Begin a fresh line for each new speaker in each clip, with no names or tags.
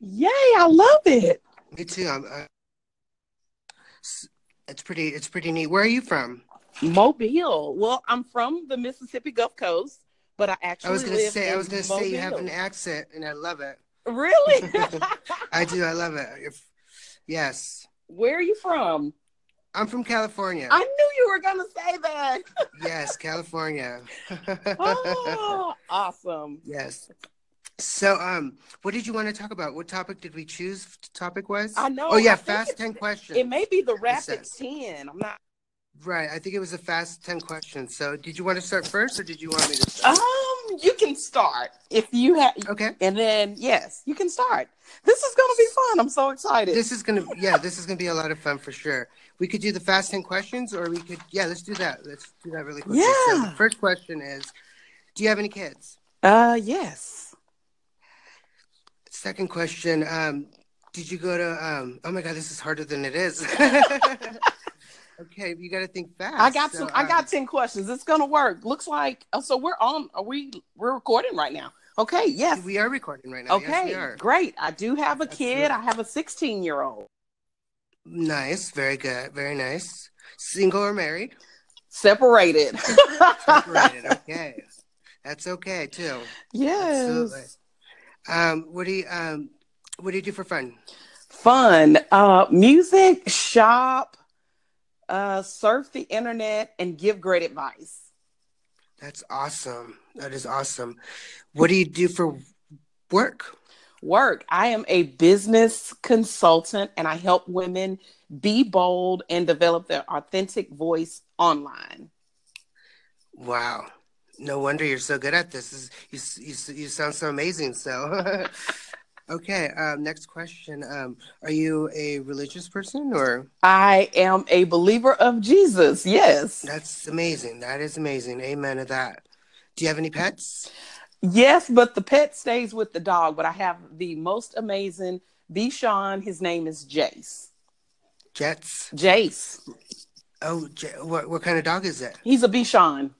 Yay, I love it.
Me too. I'm, I, it's- it's pretty. It's pretty neat. Where are you from?
Mobile. Well, I'm from the Mississippi Gulf Coast, but I actually
I was gonna
live
say. I
in
was gonna say you have
Mobile.
an accent, and I love it.
Really?
I do. I love it. If- yes,
Where are you from?
I'm from California.
I knew you were gonna say that.
Yes, California.
Oh, awesome.
yes. So, um, what did you want to talk about? What topic did we choose? Topic wise.
I know.
Oh
I
yeah,
think
fast
it's-
ten questions.
It may be the rapid
says.
ten. I'm not.
Right. I think it was a fast 10 questions. So, did you want to start first or did you want me to start?
Um, you can start if you have,
Okay.
and then yes, you can start. This is gonna be fun. I'm so excited.
This is going to yeah, this is going to be a lot of fun for sure. We could do the fast 10 questions or we could yeah, let's do that. Let's do that really quickly. So, the
Yeah.
first question is, do you have any kids?
uh, yes.
Second question, um did you go to um oh my god, this is harder than it is. okay, you got to think fast.
I got
So,
some. I
um,
got ten questions. It's gonna work. Looks like. Oh, so we're on. Are we? We're recording right now. Okay. Yes.
um, we are recording right now. Yes,
okay.
we are.
great. I do have a kid.
Absolutely.
I have a 16 year old.
Nice, very good. Very nice. Single or married?
Separated.
separated. okay, that's okay too.
yes.
Absolutely. Um, what do you um, what do you do for fun?
Fun. Uh, music. Shop. Uh, surf the internet and give great advice.
That's awesome. That is awesome. What do you do for work?
Work. I am a business consultant and I help women be bold and develop their authentic voice online.
Wow. No wonder you're so good at this. This is- you, you, you sound so amazing. So, okay. Um, next question. Um, are you a religious person or?
I am a believer of Jesus. Yes.
That's amazing. That is amazing. Amen to that. Do you have any pets?
Yes, but the pet stays with the dog. But I have the most amazing Bichon. His name is Jace.
Jets?
Jace.
Oh, J- what what kind of dog is it?
He's a Bichon,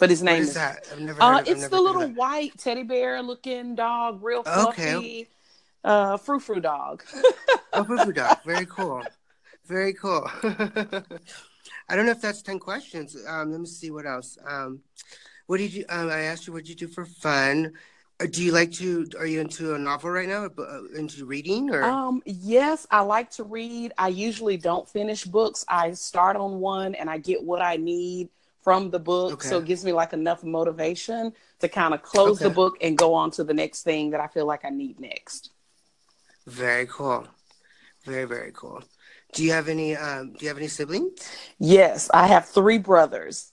but his
What
name
is
is.
that? I've never heard
Uh,
of I've
it's
never
the
heard
little
of it.
white teddy bear looking dog, real fluffy,
Okay.
uh, frou frou dog.
Oh, Boo Dog. Very cool. Very cool. I don't know if that's 10 questions. Um, let me see what else. Um, what did you, um, I asked you, what did you do for fun? Uh, Do you like to, are you into a novel right now? Uh, Into reading or?
Um, yes, I like to read. I usually don't finish books. I start on one and I get what I need from the book.
Okay.
So it gives me like enough motivation to kind of close the
Okay.
book and go on to the next thing that I feel like I need next.
Very cool. Very, very cool. Do you have any, um, do you have any siblings?
Yes, I have three brothers.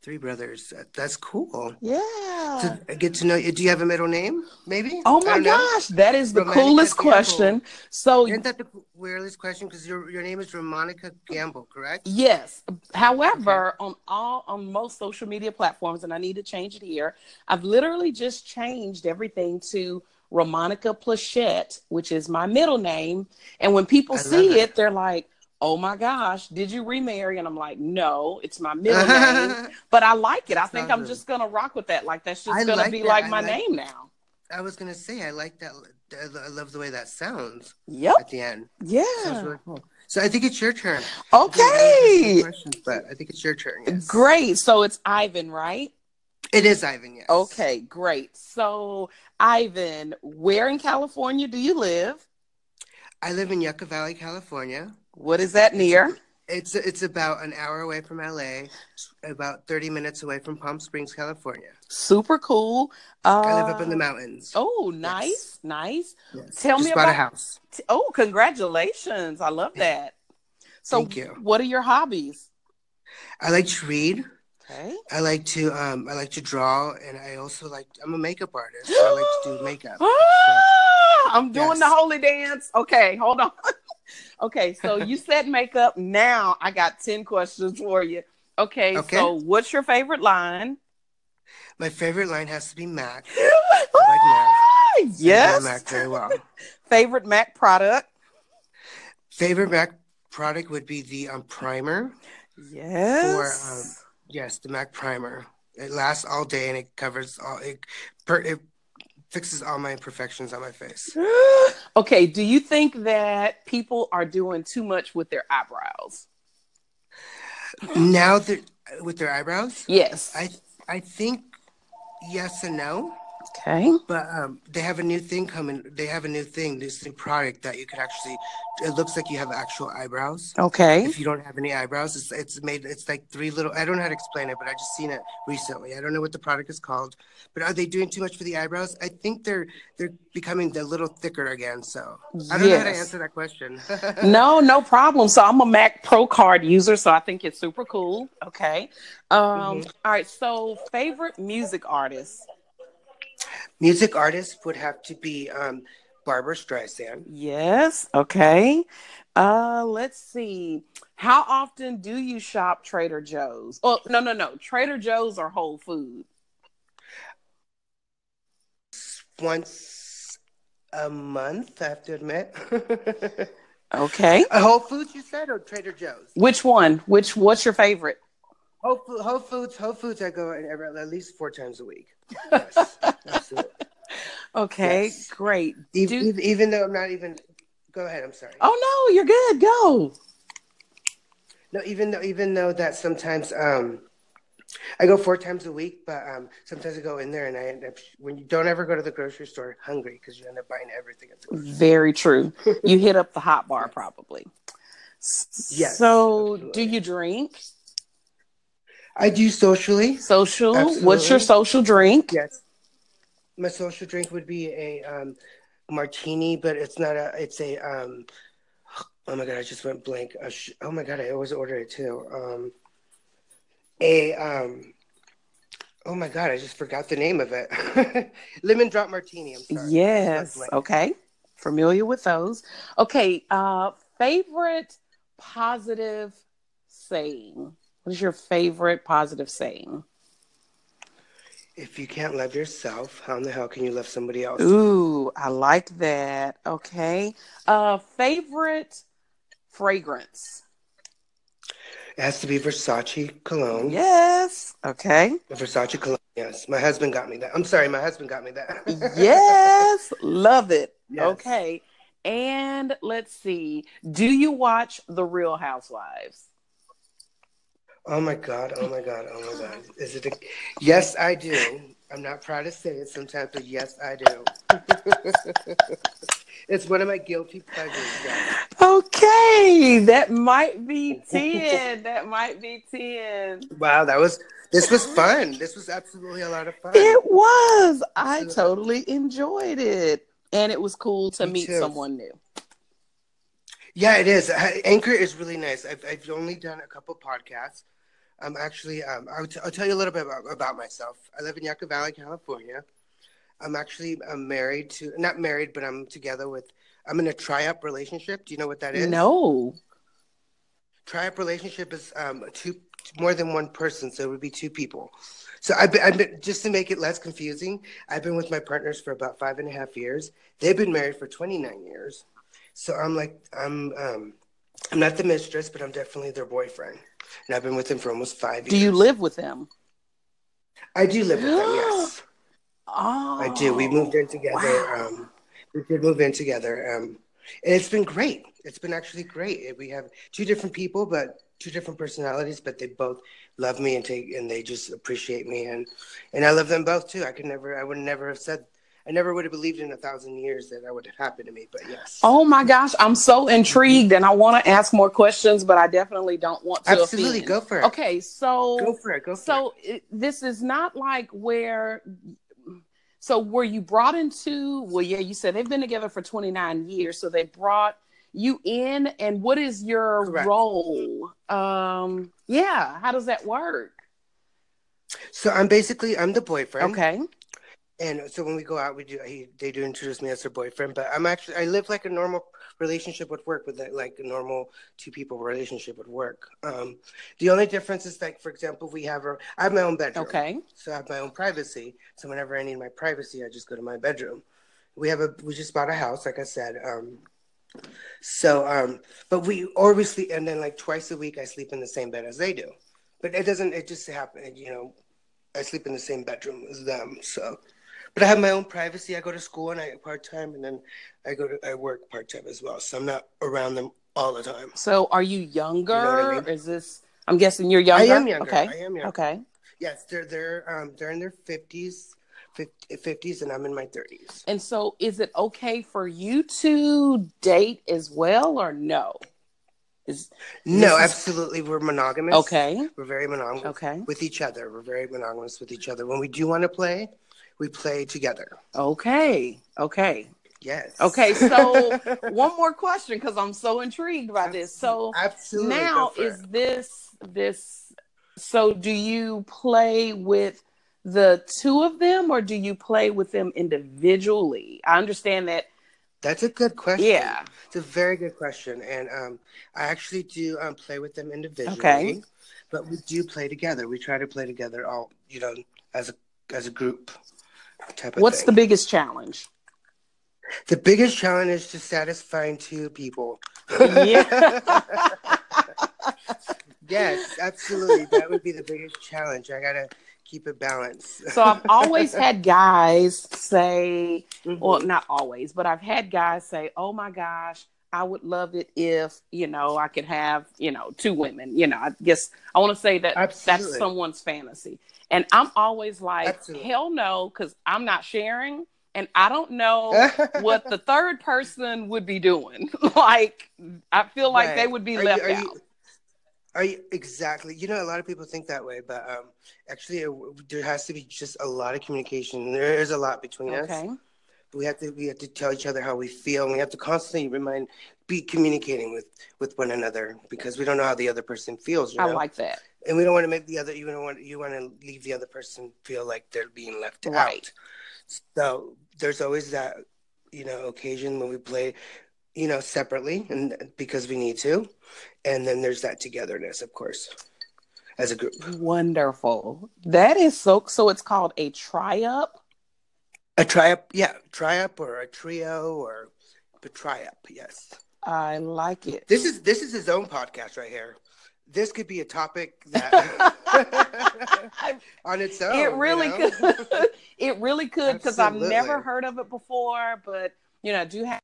Three brothers. That- That's cool.
Yeah.
To get to know you. Do you have a middle name? Maybe?
Oh
I
my
don't know.
gosh, that is the
Romanica
coolest
Gamble.
question. So
Isn't that the weirdest question? Because your your name is Romonica Gamble, correct?
Yes. However, on all on most social media platforms, and I need to change it here, I've literally just changed everything to Romonica Plachette, which is my middle name. And when people
I love
see
it.
it, they're like, Oh my gosh, did you remarry? And I'm like, No, it's my middle name. But I like it. I
That's
think I'm
awesome.
just gonna rock with that. Like that's just
I
gonna
like
be
that.
like
I
my
like-
name now.
I was gonna say I like that. I love the way that sounds
Yep.
at the end. Sounds
Yeah.
really cool. So I think it's your turn.
Okay.
Questions, but I think it's your turn. yes.
Great. So it's Ivan, right?
It is Ivan. Yes.
Okay, great. So, Ivan, where in California do you live?
I live in Yucca Valley, California.
What is that near?
It's it's about an hour away from LA, about thirty minutes away from Palm Springs, California.
Super cool. Uh,
I live up in the mountains.
Oh, nice, nice.
Yes.
Tell
Just
me
bought a
about.
house.
t- oh, congratulations! I love that. So,
Thank you.
what are your hobbies?
I like to read.
Okay.
I like to um I like to draw and I also like I'm a makeup artist. So I like to do makeup.
Ah, I'm doing the
Uh, Yes.
holy dance. Okay, hold on. okay, so you said makeup. Now I got ten questions for you. Okay,
Okay.
so what's your favorite line?
My favorite line has to be Mac.
Ah,
I know
yes.
Mac very well.
Favorite Mac product?
favorite Mac product would be the um, primer.
Yes.
Yes, the Mac primer. It lasts all day and it covers all it, per, it fixes all my imperfections on my face.
okay, do you think that people are doing too much with their eyebrows?
now that with their eyebrows,
Yes.
I I think yes and no,
Okay.
but um, they have a new thing coming. They have a new thing, this new product that you could actually. It looks like you have actual eyebrows.
Okay.
If you don't have any eyebrows, it's it's made it's like three little. I don't know how to explain it, but I just seen it recently. I don't know what the product is called, but are they doing too much for the eyebrows? I think they're they're becoming a little thicker again. So I don't know how to
Yes.
answer that question.
No, no problem. So I'm a Mac Pro Card user, so I think it's super cool. Okay. Um,
Mm-hmm.
all right. So favorite music artist?
Music artist would have to be um, Barbara Streisand.
Yes. Okay. Uh, let's see. How often do you shop Trader Joe's? Oh, no, no, no. Trader Joe's or Whole Foods?
Once a month, I have to admit.
Okay.
Whole Foods, you said, or Trader Joe's?
Which one? Which what's your favorite?
Whole, Fo- Whole Foods, Whole Foods, I go in every, at least four times a week. Yes. Absolutely.
Okay,
Yes.
great.
E-
Do-
e- even though I'm not even, go ahead, I'm sorry.
Oh no, you're good. Go.
No, even though, even though that sometimes, um, I go four times a week, but um, sometimes I go in there and I end up, when you don't ever go to the grocery store hungry because you end up buying everything at the grocery
Very true. You hit up the hot bar probably. S-
Yes,
So, do
absolutely.
you drink?
I do socially.
Social. What's your
Absolutely.
social drink?
Yes. My social drink would be a um, martini, but it's not a. It's a. Um, oh my god, I just went blank. A sh- oh my god, I always order it too. Um, a. Um, oh my god, I just forgot the name of it. Lemon drop martini. I'm sorry.
Yes.
That's what-
Okay. Familiar with those. Okay. Uh, favorite positive saying. What is your favorite positive saying?
If you can't love yourself, how in the hell can you love somebody else?
Ooh, I like that. Okay. Uh, favorite fragrance.
It has to be Versace
Oh.
cologne.
Yes. Okay.
Versace cologne. Yes, my husband got me that. I'm sorry, my husband got me that.
Yes. Love it.
Yes.
Okay. And let's see. Do you watch The Real Housewives?
Oh my god! Oh my god! Oh my god! Is it? A... Yes, I do. I'm not proud to say it sometimes, but yes, I do. it's one of my guilty pleasures. yes.
Okay. That might be 10. that might be 10.
Wow, that was this was fun. This was absolutely a lot of fun.
It was. I
Absolutely.
totally enjoyed it. And it was cool to
Me
meet
too.
someone new.
Yeah, it is. I- Anchor is really nice. I've I've only done a couple podcasts. I'm actually um I'll, t- I'll tell you a little bit about, about myself. I live in Yucca Valley, California. I'm actually I'm married to not married, but I'm together with. I'm in a tri-up relationship. Do you know what that is?
No.
Triumph relationship is um, two more than one person, so it would be two people. So I've been, I've been just to make it less confusing. I've been with my partners for about five and a half years. They've been married for twenty nine years. So I'm like I'm um, I'm not the mistress, but I'm definitely their boyfriend, and I've been with them for almost five years.
Do you live with them?
I do live with them. Yes,
Oh.
I do. We moved in together.
wow.
Um, we did move in together. Um, and it's been great. It's been actually great. We have two different people, but two different personalities, but they both love me and take and they just appreciate me and and I love them both too. I could never. I would never have said. I never would have believed in a thousand years that that would have happened to me. But yes.
Oh my gosh, I'm so intrigued and I want to ask more questions, but I definitely don't want to.
Absolutely,
offend.
go for it.
Okay, so
Go for it. Go for it.
so it, this is not like where so were you brought into well yeah you said they've been together for 29 years so they brought you in and what is your
Correct.
role um yeah how does that work
So I'm basically I'm the boyfriend.
okay
And so when we go out, we do he, they do introduce me as her boyfriend, but I'm actually I live like a normal relationship would work with like like a normal two people relationship would work. Um, the only difference is like for example, we have her. I have my own bedroom,
okay
so I have my own privacy. So whenever I need my privacy, I just go to my bedroom. We have a we just bought a house, like I said. Um, so um, but we or we sleep and then like twice a week I sleep in the same bed as they do, but it doesn't. It just happen, you know. I sleep in the same bedroom as them, so But I have my own privacy. I go to school and I part time, and then I go to I work part time as well. So I'm not around them all the time.
So are you younger?
You know what I mean?
Is this? I'm guessing you're younger.
I am younger.
Okay.
I am younger.
Okay.
Yes, they're they're um they're in their fifties, fifties, and I'm in my thirties.
And so, is it okay for you to date as well, or no? Is This
No,
is-
absolutely, we're monogamous.
okay.
we're very monogamous
Okay.
with each other. We're very monogamous with each other. When we do want to play, we play together.
Okay. Okay.
Yes.
Okay. So, one more question because I'm so intrigued by this. So,
absolutely.
now
go for
is
it.
this this so do you play with the two of them or do you play with them individually i understand that
that's a good question.
yeah
It's a very good question, and um, I actually do um, play with them individually.
Okay.
But we do play together. We try to play together all, you know, as a as a group. Type of
what's the
thing.
biggest challenge
the biggest challenge is to satisfying two people.
Yeah.
yes, absolutely. That would be the biggest challenge. I gotta keep it balanced.
so i've always had guys say
Mhm.
well not always but i've had guys say oh my gosh i would love it if you know i could have you know two women you know i guess i want to say that that's
Absolutely.
someone's fantasy and i'm always like
Absolutely.
hell no because i'm not sharing and i don't know what the third person would be doing like i feel like they
Right.
would be
Are you-
left
are
out
you- are you exactly? You know, a lot of people think that way, but um, actually, it, there has to be just a lot of communication. There is a lot between us.
okay
We have to we have to tell each other how we feel, and we have to constantly remind, be communicating with with one another because we don't know how the other person feels. You
i
know?
like that
and we don't want to make the other you don't want you want to leave the other person feel like they're being left
Right.
out so there's always that you know occasion when we play you know separately and because we need to and then there's that togetherness of course as a group
wonderful that is so so it's called a try up
a try up yeah try up or a trio or a try up yes
i like it
this is this is his own podcast right here this could be a topic that on its own
it
you
really
know?
could. it really could because I've never
Oh, Absolutely.
heard of it before. But you know, I do have.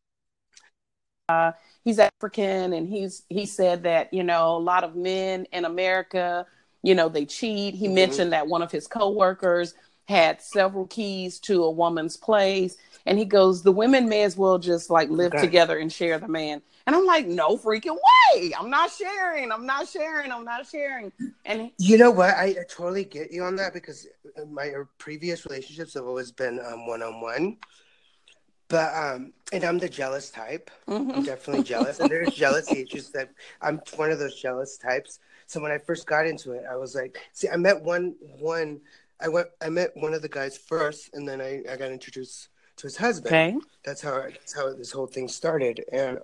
Uh, he's African, and he's he said that you know a lot of men in America, you know, they cheat. He
Mhm.
mentioned that one of his coworkers had several keys to a woman's place, and he goes, "The women may as well just like live
Okay.
together and share the man." And I'm like, "No freaking way! I'm not sharing. I'm not sharing. I'm not sharing." And
You know what? I, I totally get you on that because uh, my er, previous relationships have always been um, one-on-one. But um, and I'm the jealous type. I'm
mhm.
definitely jealous, and there's jealousy. It's just that I'm one of those jealous types. So when I first got into it, I was like, see, I met one one. I went. I met one of the guys first, and then I, I got introduced to his husband
okay,
that's how that's how this whole thing started and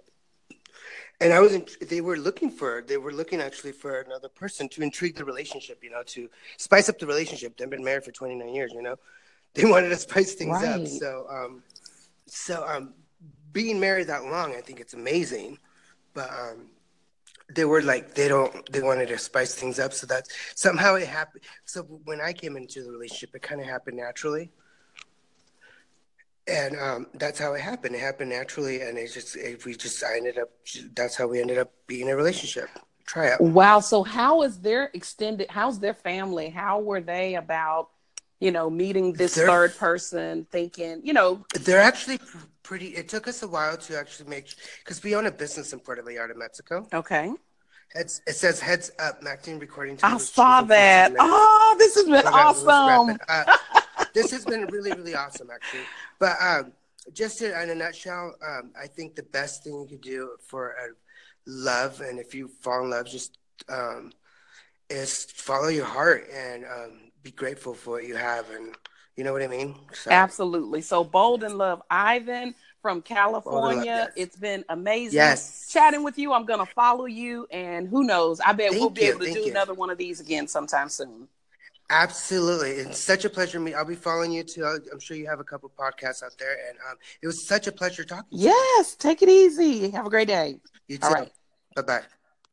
and i was in, they were looking for they were looking actually for another person to intrigue the relationship you know to spice up the relationship they've been married for 29 years you know they wanted to spice things
Right.
up so um so um being married that long i think it's amazing but um they were like they don't they wanted to spice things up so that somehow it happened so when i came into the relationship it kind of happened naturally and um, that's how it happened. It happened naturally, and it just it, we just I ended up. That's how we ended up being in a relationship. Try out.
Wow. So how is their extended how's their family? How were they about, you know, meeting this
Their-
third person, thinking, you know,
They're actually pr- pretty. It took us a while to actually make because we own a business in Puerto Vallarta, Mexico.
okay.
It's, it says heads up, Maxine recording.
I saw that. Oh, this has been
Okay, let's wrap
awesome.
it up. this has been really, really awesome, actually. But um, just in, in a nutshell, um, I think the best thing you could do for a love, and if you fall in love, just um, is follow your heart and um, be grateful for what you have, and you know what I mean. So,
Absolutely. So bold in love, Ivan from California.
yes.
It's been amazing
Yes.
chatting with you. I'm gonna follow you and who knows, I bet
Thank
we'll be
you,
able to
thank
do
you.
another one of these again sometime soon.
Absolutely, it's such a pleasure. to meet. I'll be following you too. I'll- I'm sure you have a couple podcasts out there, and um, it was such a pleasure talking.
Yes, take it easy. Have a great day.
to You too.
All right.
Bye bye.